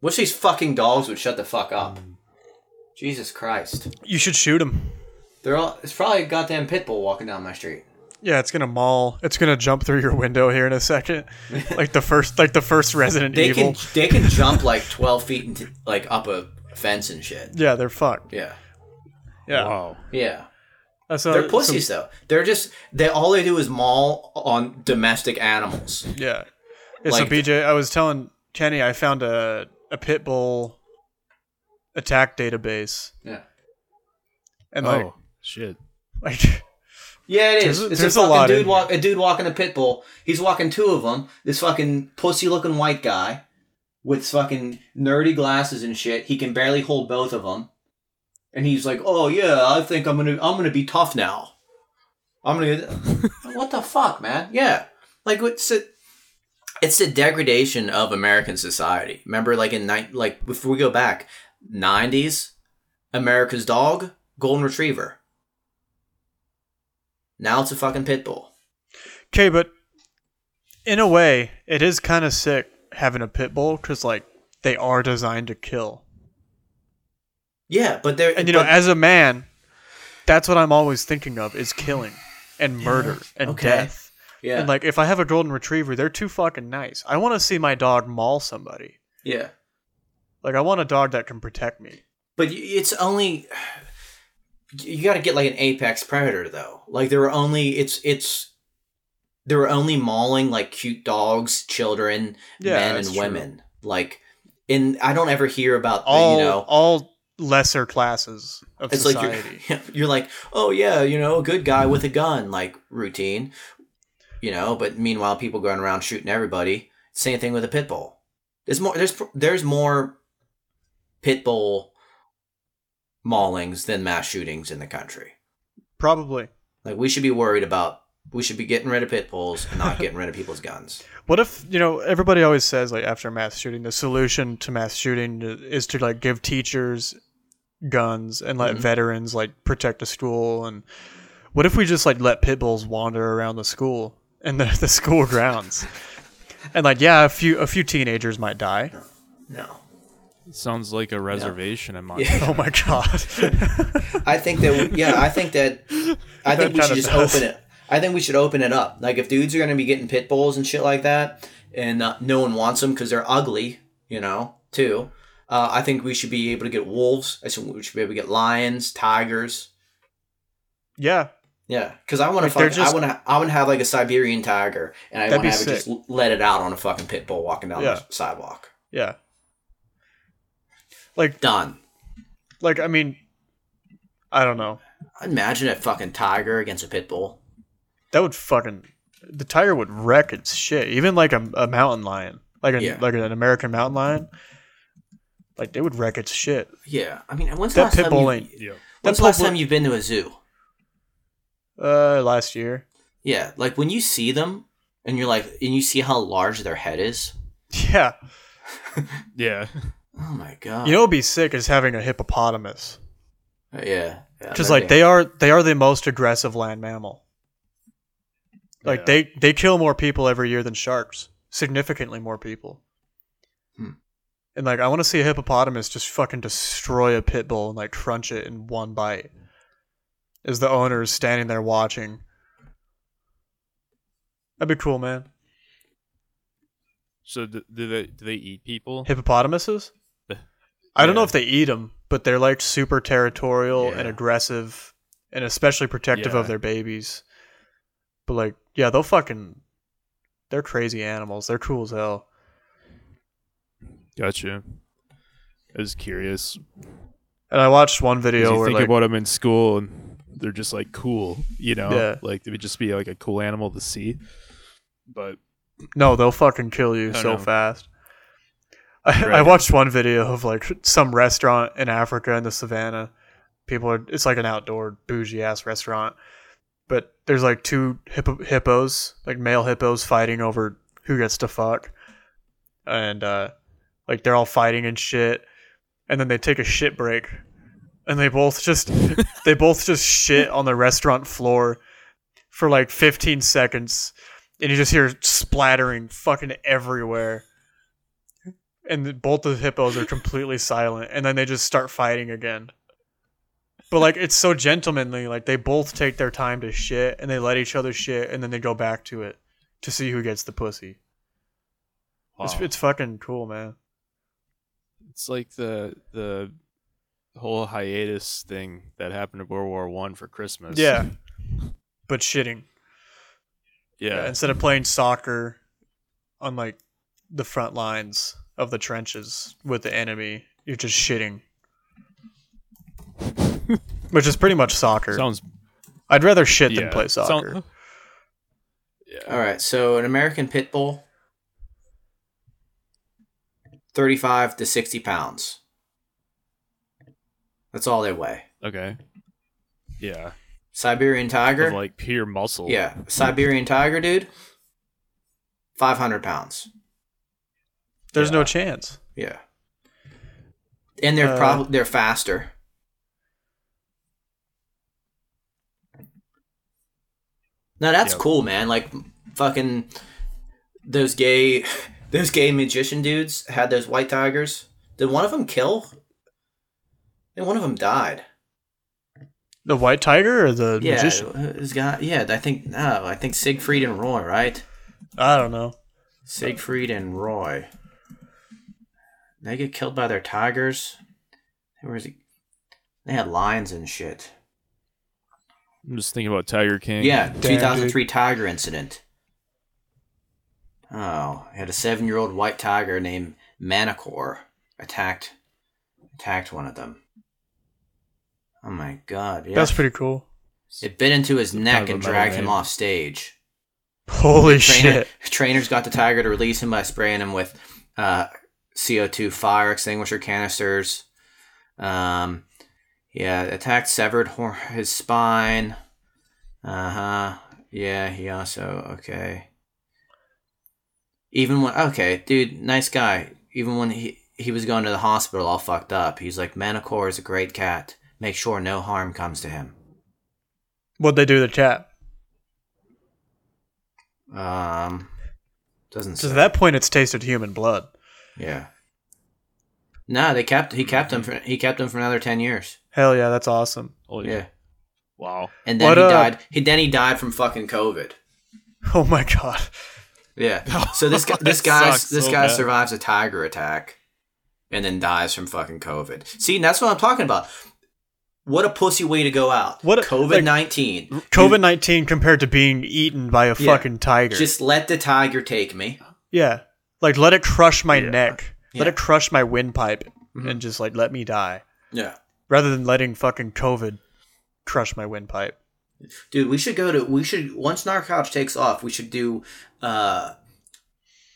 Wish these fucking dogs would shut the fuck up. Jesus Christ. You should shoot him. They're all. It's probably a goddamn pit bull walking down my street. Yeah, it's gonna maul. It's gonna jump through your window here in a second, like the first, like the first Resident They Evil. can they can jump like twelve feet into like up a fence and shit. Yeah, they're fucked. Yeah. Yeah, Wow. Yeah. Uh, so- They're pussies though. They're just they all they do is maul on domestic animals. so- yeah. Yeah, so Like- BJ, I was telling Kenny, I found a a pit bull attack database, Yeah. and like, Oh shit. like Yeah, it There's is. a- it's there's a a fucking lot in dude here. walk a dude walking a pit bull. He's walking two of them. This fucking pussy looking white guy with fucking nerdy glasses and shit. He can barely hold both of them. And he's like, "Oh yeah, I think I'm going to I'm going to be tough now. I'm going to What the fuck, man? Yeah. Like it's a, it's the degradation of American society. Remember like in nine like if we go back 90s America's dog, golden retriever. Now it's a fucking pit bull. Okay, but in a way, it is kind of sick having a pit bull because like they are designed to kill. Yeah, but they're And you know, but- as a man, that's what I'm always thinking of is killing and murder and okay. death. yeah, And like, if I have a golden retriever, they're too fucking nice. I want to see my dog maul somebody. yeah, Like, I want a dog that can protect me. but y- it's only you got to get like an apex predator though. Like there were only it's it's there were only mauling like cute dogs, children, Yeah, men that's and true. women. Like in I don't ever hear about the, All you know all lesser classes of it's society. like you're, you're like oh yeah you know a good guy with a gun like routine, you know. But meanwhile, people going around shooting everybody. Same thing with a pit bull. There's more. There's pr- there's more pit bull maulings than mass shootings in the country. Probably. Like we should be worried about. We should be getting rid of pit bulls and not getting rid of people's guns. What if you know everybody always says like after a mass shooting the solution to mass shooting is to like give teachers guns and let Mhm. veterans like protect the school and what if we just like let pit bulls wander around the school and the, the school grounds and like yeah a few a few teenagers might die No, Sounds like a reservation in my. Yeah. oh my god I think that we- yeah, I think that I think we kinda should just does. open it. I think we should open it up. Like if dudes are gonna be getting pit bulls and shit like that, and uh, no one wants them because they're ugly, you know, too. Uh, I think we should be able to get wolves. I think we should be able to get lions, tigers. yeah Yeah, because I want Like, to. they're fuck. I just- want to. I want to have like a Siberian tiger, and I That'd want be to have it just sick. l- let it out on a fucking pit bull walking down Yeah. the sidewalk. yeah like Done. like I mean I don't know Imagine a fucking tiger against a pit bull. That would fucking the tiger would wreck its shit. Even like a, a mountain lion, like an Yeah. like an American mountain lion, like they would wreck its shit. Yeah, I mean, when's the That last pit time bull you- ain't. Yeah. When's That the last pit bull- time you've been to a zoo? Uh, last year. Yeah, like when you see them and you're like, and you see how large their head is. Yeah, Yeah. Oh my god! you know, what'd be sick is having a hippopotamus Uh, yeah, yeah, because they're like they are they are the most aggressive land mammal. Like Yeah. they they kill more people every year than sharks, significantly more people. Hmm. And like I want to see a hippopotamus just fucking destroy a pit bull and like crunch it in one bite. As the owner is standing there watching. That'd be cool, man. So do, do they do they eat people? Hippopotamuses? I don't know Yeah. if they eat them, but they're like super territorial and Yeah. aggressive and especially protective of Yeah. their babies. But like, yeah, they'll fucking they're crazy animals. They're cool as hell. Gotcha. I was curious. And I watched one 'Cause video you where think like about them in school, and they're just like cool. You know, Yeah. like it would just be like a cool animal to see. But no, they'll fucking kill you I so know. fast. I, I Right. watched one video of like some restaurant in Africa in the savannah. People are it's like an outdoor bougie ass restaurant, but there's like two hippo- hippos, like male hippos, fighting over who gets to fuck, and uh, like they're all fighting and shit, and then they take a shit break, and they both just they both just shit on the restaurant floor for like 15 seconds, and you just hear splattering fucking everywhere. and the, both of the hippos are completely silent, and then they just start fighting again. But like it's so gentlemanly, like they both take their time to shit, and they let each other shit, and then they go back to it to see who gets the pussy. It's, Wow. it's fucking cool, man. It's like the the whole hiatus thing that happened to World War One for Christmas. Yeah. But shitting. yeah. Instead of playing soccer on like the front lines of the trenches with the enemy, you're just shitting. Which is pretty much soccer. Sounds I'd rather shit yeah. than play Sound- soccer. All right, so an American pit bull, thirty-five to sixty pounds. That's all they weigh. okay. Yeah. Siberian tiger, Of like pure muscle. yeah, Siberian tiger, dude, five hundred pounds. There's no Yeah. chance. Yeah, and they're Uh, probably they're faster. Now that's Yeah. cool, man. Like fucking those gay those gay magician dudes had those white tigers. Did one of them kill? And one of them died. The white tiger or the Yeah, magician? it was guy. Yeah, I think no, I think Siegfried and Roy, right? I don't know. Siegfried and Roy. They get killed by their tigers. There was, they had lions and shit. I'm just thinking about Tiger King. Yeah, Damn, 2003 tiger incident. Oh, he had a seven-year-old white tiger named Manicore attacked attacked one of them. Oh my god! Yeah, That's pretty cool. it bit into his neck of a and metal dragged him man. off stage. Holy Trainer, shit. trainers got the tiger to release him by spraying him with uh, CO2 fire extinguisher canisters. Um, yeah, attacked severed hor- his spine. Uh huh. Yeah, he also, okay. Even when, okay, dude, nice guy. Even when he, he was going to the hospital all fucked up, he's like, Manicore is a great cat. Make sure no harm comes to him. What'd they do to the cat? Um, doesn't So say. at that point, it's tasted human blood. Yeah. Mm-hmm. No, they kept he kept him for he kept him for another ten years. Hell yeah, that's awesome. Holy- Yeah, Wow. and then What he up? died. He then he died from fucking COVID. Oh my god. Yeah. So this guy this That guy sucks this so guy bad. survives a tiger attack, and then dies from fucking COVID. See, and that's what I'm talking about. What a pussy way to go out. What a- COVID nineteen. COVID 19 compared to being eaten by a Yeah. fucking tiger. Just let the tiger take me. Yeah. Like let it crush my neck. Let Yeah. Mm-hmm. it crush my windpipe and just like let me die. Yeah. Rather than letting fucking COVID crush my windpipe. Dude, we should go to we should once Narcouch takes off, we should do uh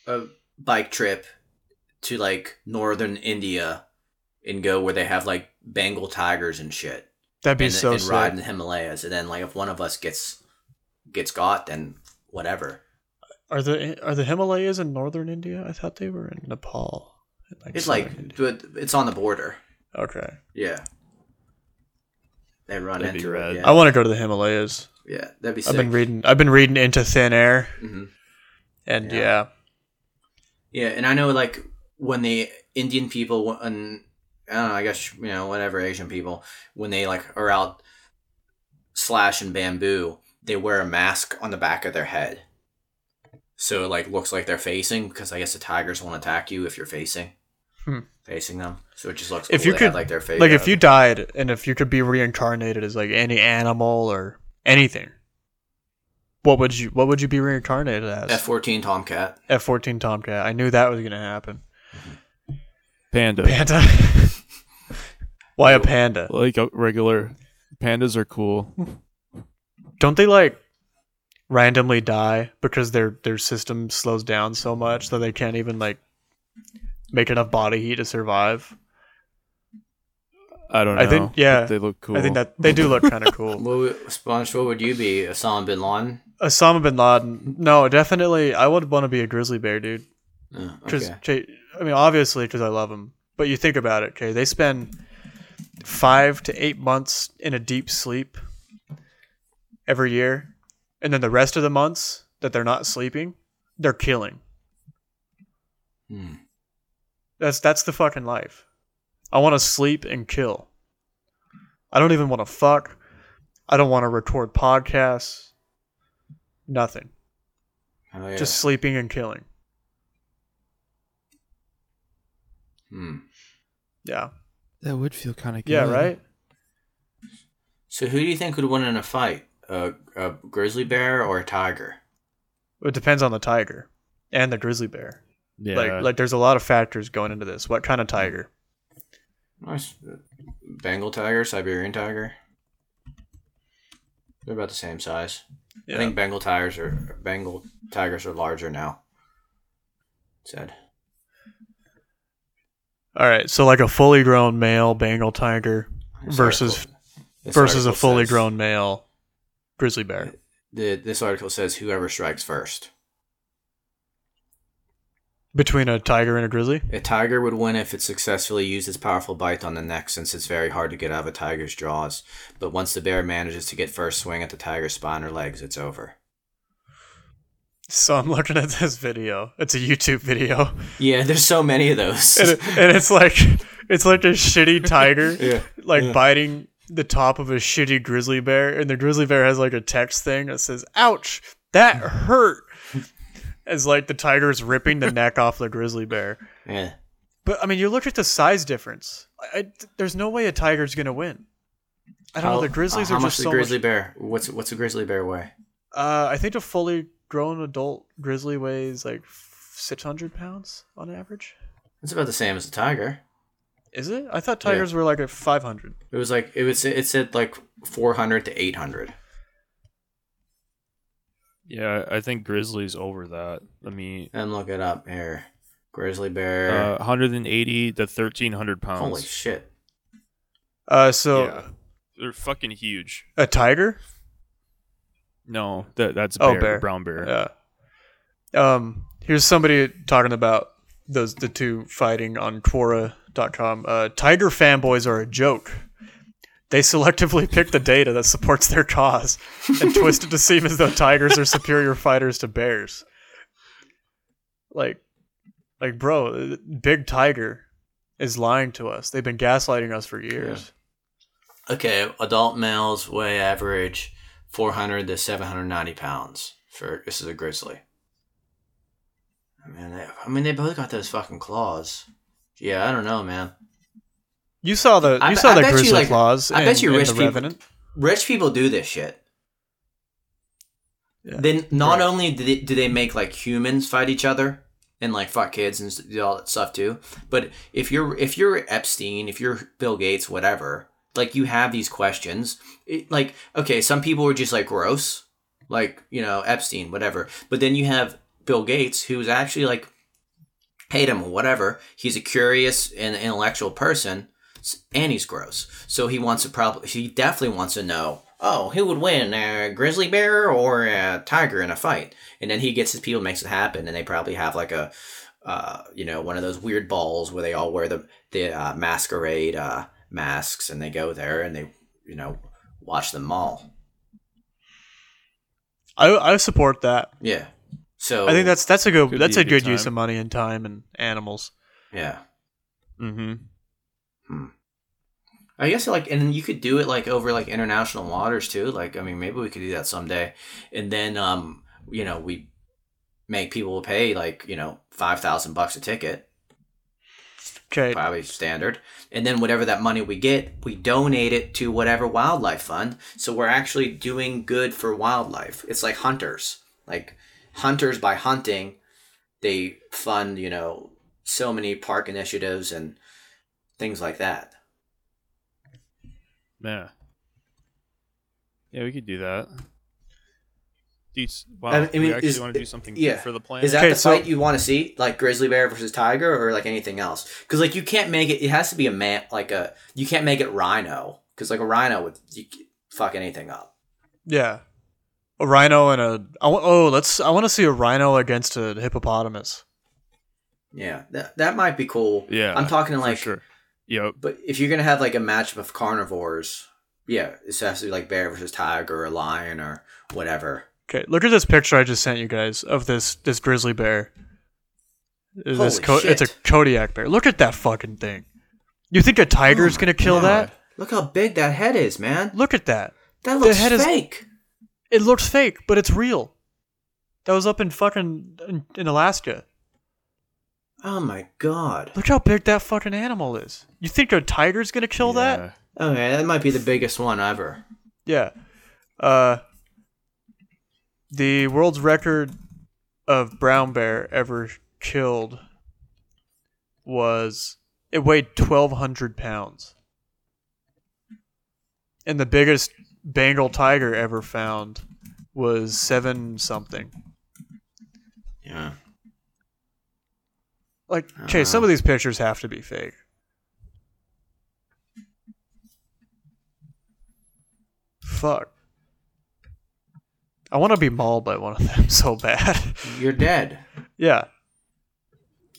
a bike trip to like northern India and go where they have like Bengal tigers and shit. That'd be and, so and sick. ride in the Himalayas and then like if one of us gets gets got then whatever. Are the are the Himalayas in northern India? I thought they were in Nepal. It's southern like India. but it's on the border. Okay. Yeah. They run That'd be into it. rad. Yeah. I want to go to the Himalayas. yeah, that'd be sick. I've been reading I've been reading Into Thin Air Mhm. and Yeah. yeah. Yeah, and I know like when the Indian people and I don't know, I guess you know whatever Asian people when they like are out slashing bamboo, they wear a mask on the back of their head, so it like looks like they're facing because I guess the tigers won't attack you if you're facing Hmm. facing them. So it just looks If cool you they had, could- like their face Like if you died and if you could be reincarnated as like any animal or anything, what would you what would you be reincarnated as? F fourteen Tomcat. F fourteen Tomcat. I knew that was gonna happen. Panda. Panda. Why a panda? Like a regular. Pandas are cool. Don't they like randomly die because their their system slows down so much that they can't even like make enough body heat to survive? I don't know. I think- yeah. but They look cool. I think that they do look kind of cool. What would, Sponge? What would you be, Osama bin Laden? Osama bin Laden. No, definitely. I would want to be a grizzly bear, dude. Uh, Because okay. I mean, obviously, because I love them. But you think about it, okay? They spend five to eight months in a deep sleep every year, and then the rest of the months that they're not sleeping, they're killing. Hmm. That's that's the fucking life. I want to sleep and kill. I don't even want to fuck. I don't want to record podcasts. Nothing. Oh, yeah. Just sleeping and killing. Hmm. Yeah. That would feel kind of Yeah, right? So who do you think would win in a fight? A, a grizzly bear or a tiger? It depends on the tiger and the grizzly bear. Yeah. Like like there's a lot of factors going into this. What kind of tiger? Nice. Bengal tiger, Siberian tiger. They're about the same size. Yeah. I think Bengal tigers are Bengal tigers are larger now. Said. All right, so like a fully grown male Bengal tiger This Versus- article- this versus a article fully says- grown male grizzly bear. The, this article says whoever strikes first. Between a tiger and a grizzly? A tiger would win if it successfully used its powerful bite on the neck, since it's very hard to get out of a tiger's jaws. But once the bear manages to get first swing at the tiger's spine or legs, it's over. So I'm looking at this video. It's a YouTube video. Yeah, there's so many of those. And, it- and it's like it's like a shitty tiger yeah. like Yeah. biting the top of a shitty grizzly bear and the grizzly bear has like a text thing that says ouch that hurt as like the tiger is ripping the neck off the grizzly bear Yeah. but i mean you look at the size difference I, I- there's no way a tiger's gonna win i don't know the grizzlies how are much just the so grizzly much, bear? What's what's a grizzly bear weigh? uh, i think a fully grown adult grizzly weighs like 600 pounds on average It's about the same as a tiger. is it i thought Yeah. tigers were like at 500 It was like it was it said like 400 to 800. yeah, I think Grizzlies over that. Let me And look it up here. Grizzly uh, bear. 180 to 1300 um, pounds. Holy shit. uh, so Yeah. They're fucking huge. a tiger No, that that's a Oh, bear, bear. brown bear. Yeah. Um, here's somebody talking about those the two fighting on Quora.com. Uh, tiger fanboys are a joke. They selectively pick the data that supports their cause and twist it to seem as though tigers are superior fighters to bears. Like, like, bro, Big Tiger is lying to us. They've been gaslighting us for years. Okay, adult males weigh average 400 to 790 pounds for this is a grizzly. I mean, they, I mean, they both got those fucking claws. Yeah, I don't know, man. You saw the you I be- saw I the bet you, grizzly like- claws. I bet in- you in rich The people- Revenant. Rich people do this shit. Yeah. Then not Right. only do they, do they make like humans fight each other and like fuck kids and s- do all that stuff too, but if you're if you're Epstein, if you're Bill Gates, whatever, like you have these questions. It, like okay, some people are just like gross, like you know Epstein, whatever. But then you have Bill Gates, who's actually like hate him or whatever. He's a curious and intellectual person, s- and he's gross. So he wants to probably he definitely wants to know. Oh, who would win, a grizzly bear or a tiger in a fight? And then he gets his people, makes it happen, and they probably have like a, uh, you know, one of those weird balls where they all wear the the uh, masquerade uh, masks, and they go there and they, you know, watch them all. I I support that. Yeah. So I think that's that's a Could good that's be a a good good use time. of money and time and animals. yeah. Mm-hmm. I guess like, and you could do it like over like international waters too. Like, I mean, maybe we could do that someday, and then um, you know, we make people pay like you know five thousand bucks a ticket, Okay, probably standard, and then whatever that money we get, we donate it to whatever wildlife fund. So we're actually doing good for wildlife. It's like hunters, like hunters by hunting, they fund you know so many park initiatives and things like that. Yeah. Yeah, we could do that. Dude, wow, I mean, we actually is- want to do something yeah. good for the planet. Is that Okay, the so- fight you want to see, like grizzly bear versus tiger, or like anything else? Because like you can't make it. It has to be a man, like a you can't make it rhino, because like a rhino would you, c- fuck anything up. yeah, a rhino and a I wa- oh let's I want to see a rhino against a hippopotamus. Yeah, that that might be cool. Yeah, I'm talking to for like, sure. Yep. but if you're gonna have like a matchup of carnivores, yeah, it has to be like bear versus tiger or lion or whatever. Okay, look at this picture I just sent you guys of this this grizzly bear. This Holy co- it's a shit. Kodiak bear. Look at that fucking thing. You think a tiger's my gonna kill God. that? Look how big that head is, man. Look at that. That looks head is- fake. It looks fake, but it's real. That was up in fucking in, in Alaska. Oh my god. Look how big that fucking animal is. You think a tiger's gonna kill that? Okay, that might be the biggest one ever. Yeah. Uh, the world's record of brown bear ever killed was it weighed twelve hundred pounds, and the biggest Bengal tiger ever found was seven something. Yeah. Like, Chase, some of these pictures have to be fake. Fuck. I want to be mauled by one of them so bad. You're dead. yeah.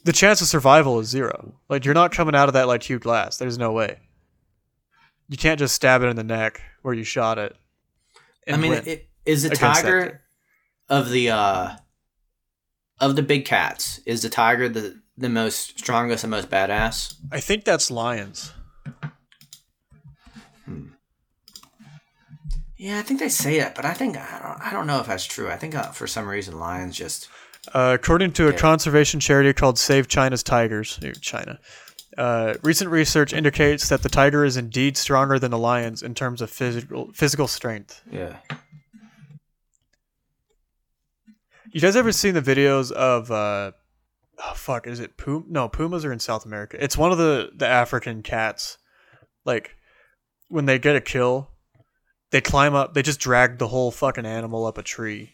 The chance of survival is zero. Like, you're not coming out of that like huge glass. There's no way. You can't just stab it in the neck where you shot it. I mean, win it, is the against that thing. tiger of the uh of the big cats is the tiger the the most strongest and most badass? I think that's lions. Yeah, I think they say that, but I think I don't. I don't know if that's true. I think uh, for some reason lions just Uh, according to a Okay. conservation charity called Save China's Tigers, eh, China, uh, recent research indicates that the tiger is indeed stronger than the lions in terms of physical physical strength. yeah. You guys ever seen the videos of? Uh, oh fuck, is it pum? No, pumas are in South America. It's one of the the African cats. Like when they get a kill, they climb up. They just drag the whole fucking animal up a tree.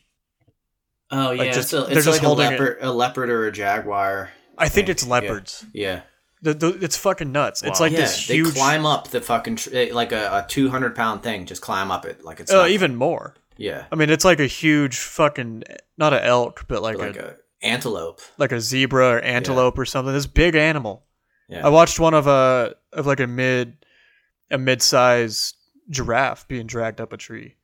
Oh yeah, Like, just- it's, a, they're it's just like a holding it. leopard, a leopard or a jaguar. I think Yeah, it's yeah. leopards. Yeah, The, the, it's fucking nuts. It's Wow. like yeah. this they huge. climb up the fucking tr- eh, like a, a two hundred pound thing. Just climb up it like it's uh, nothing. even more. yeah, I mean, it's like a huge fucking not an elk, but like, like, a, a antelope. like a zebra or antelope or something. This big animal. Yeah, I watched one of a of like a mid a mid sized giraffe being dragged up a tree,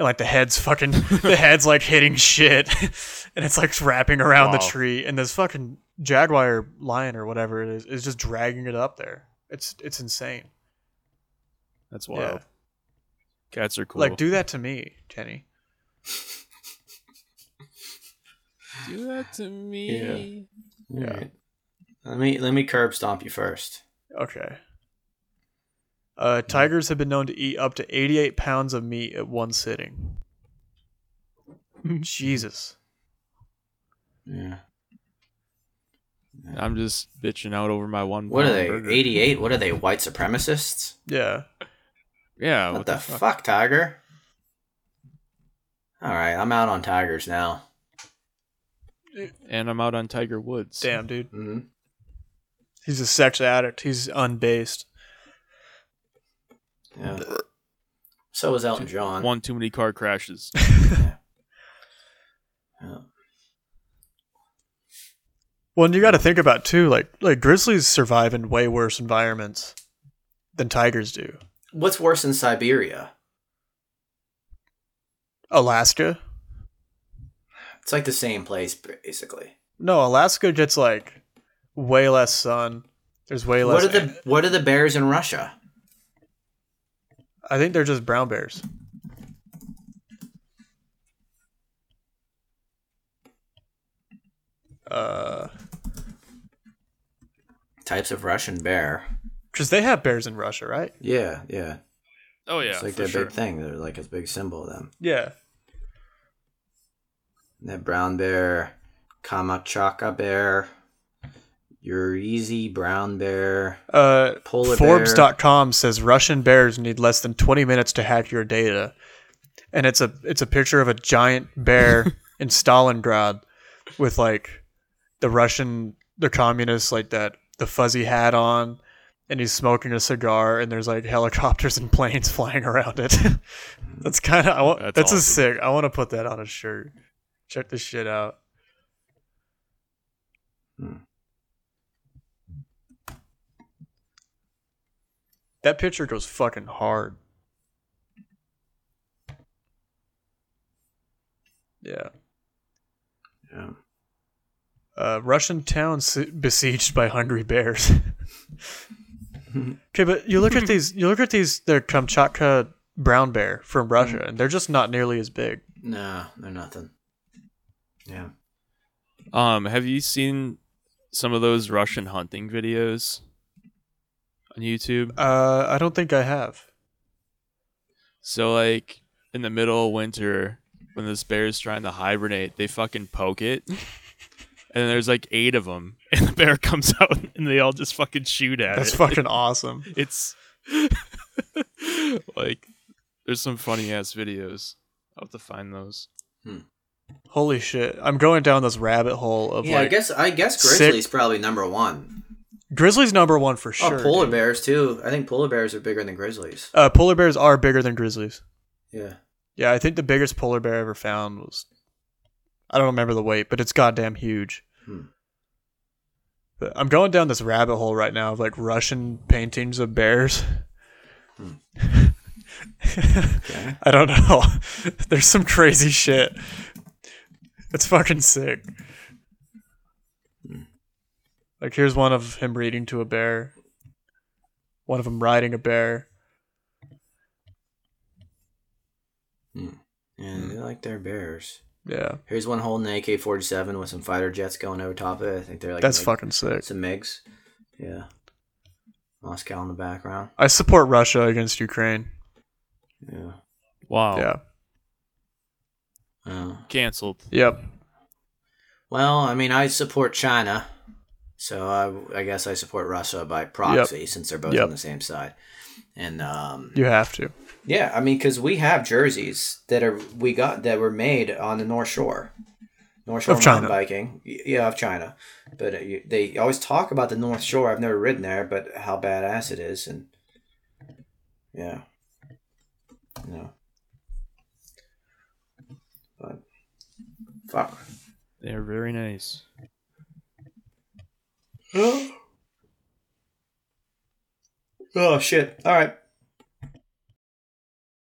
and like the head's fucking the head's like hitting shit, and it's like wrapping around the Wow. tree, and this fucking jaguar or lion or whatever it is is just dragging it up there. It's it's insane. That's Yeah. wild. Cats are cool. Like do that to me, Kenny. do that to me. yeah. Alright. Let me let me curb stomp you first. Okay. Uh, tigers have been known to eat up to 88 pounds of meat at one sitting. Jesus. Yeah. I'm just bitching out over my one. What are pound they? burger. Eighty eight. What are they? White supremacists? Yeah. Yeah. what the, fuck? Tiger? All right, I'm out on tigers now. And I'm out on Tiger Woods. Damn, dude. Mm-hmm. He's a sex addict. He's unbased. Yeah. So was Elton John. One too many car crashes. Yeah. Well, and you got to think about too, like like grizzlies survive in way worse environments than tigers do. What's worse than Siberia? Alaska? It's like the same place, basically. No, Alaska gets like way less sun. There's way less. What are the What are the bears in Russia? I think they're just brown bears. Uh, Types of Russian bear. because they have bears in Russia, right? Yeah, yeah. Oh yeah, it's like for their sure. big thing. They're like a big symbol of them. Yeah. That brown bear, Kamachaka bear, Urizi brown bear. Uh, Polar Forbes.com says Russian bears need less than 20 minutes to hack your data, and it's a it's a picture of a giant bear in Stalingrad with like the Russian the communists like that the fuzzy hat on, and he's smoking a cigar, and there's like helicopters and planes flying around it. that's kind of I want, that's, That's a awesome. sick. I want to put that on a shirt. Check this shit out. Hmm. That picture goes fucking hard. Yeah. Yeah. Uh, Russian town s- besieged by hungry bears. okay, but you look at these. You look at these. The Kamchatka brown bear from Russia, and they're just not nearly as big. No, they're nothing. Yeah. Um, have you seen some of those Russian hunting videos on YouTube? Uh, I don't think I have. So like in the middle of winter, when this bear is trying to hibernate, they fucking poke it, and there's like eight of them, and the bear comes out, and they all just fucking shoot at That's it. fucking awesome. it's like there's some funny ass videos. I'll have to find those. Holy shit! I'm going down this rabbit hole of yeah, I like guess I guess sick- grizzly's probably number one. grizzlies number one for sure. oh, polar dude. bears too. I think polar bears are bigger than grizzlies. Uh, polar bears are bigger than grizzlies. Yeah. Yeah, I think the biggest polar bear I ever found was I don't remember the weight, but it's goddamn huge. Hmm. But I'm going down this rabbit hole right now of like Russian paintings of bears. Okay. I don't know. There's some crazy shit. It's fucking sick. Like here's one of him reading to a bear. One of them riding a bear. Yeah, Hmm. they like their bears. Yeah. Here's one holding an AK-47 with some fighter jets going over top of it. I think they're like That's mig- fucking sick. Some MiGs. Yeah. Moscow in the background. I support Russia against Ukraine. Yeah. Oh. Wow. Yeah. Uh, Cancelled. Yep. well, I mean, I support China, so I, I guess I support Russia by proxy since they're both Yep. on the same side. And um, You have to. Yeah, I mean, because we have jerseys that are we got that were made on the North Shore, North Shore Of China. mountain biking. Y- Yeah, of China, but uh, you, they always talk about the North Shore. I've never ridden there, but how badass it is, and yeah, no, but fuck. They're very nice. oh shit! All right,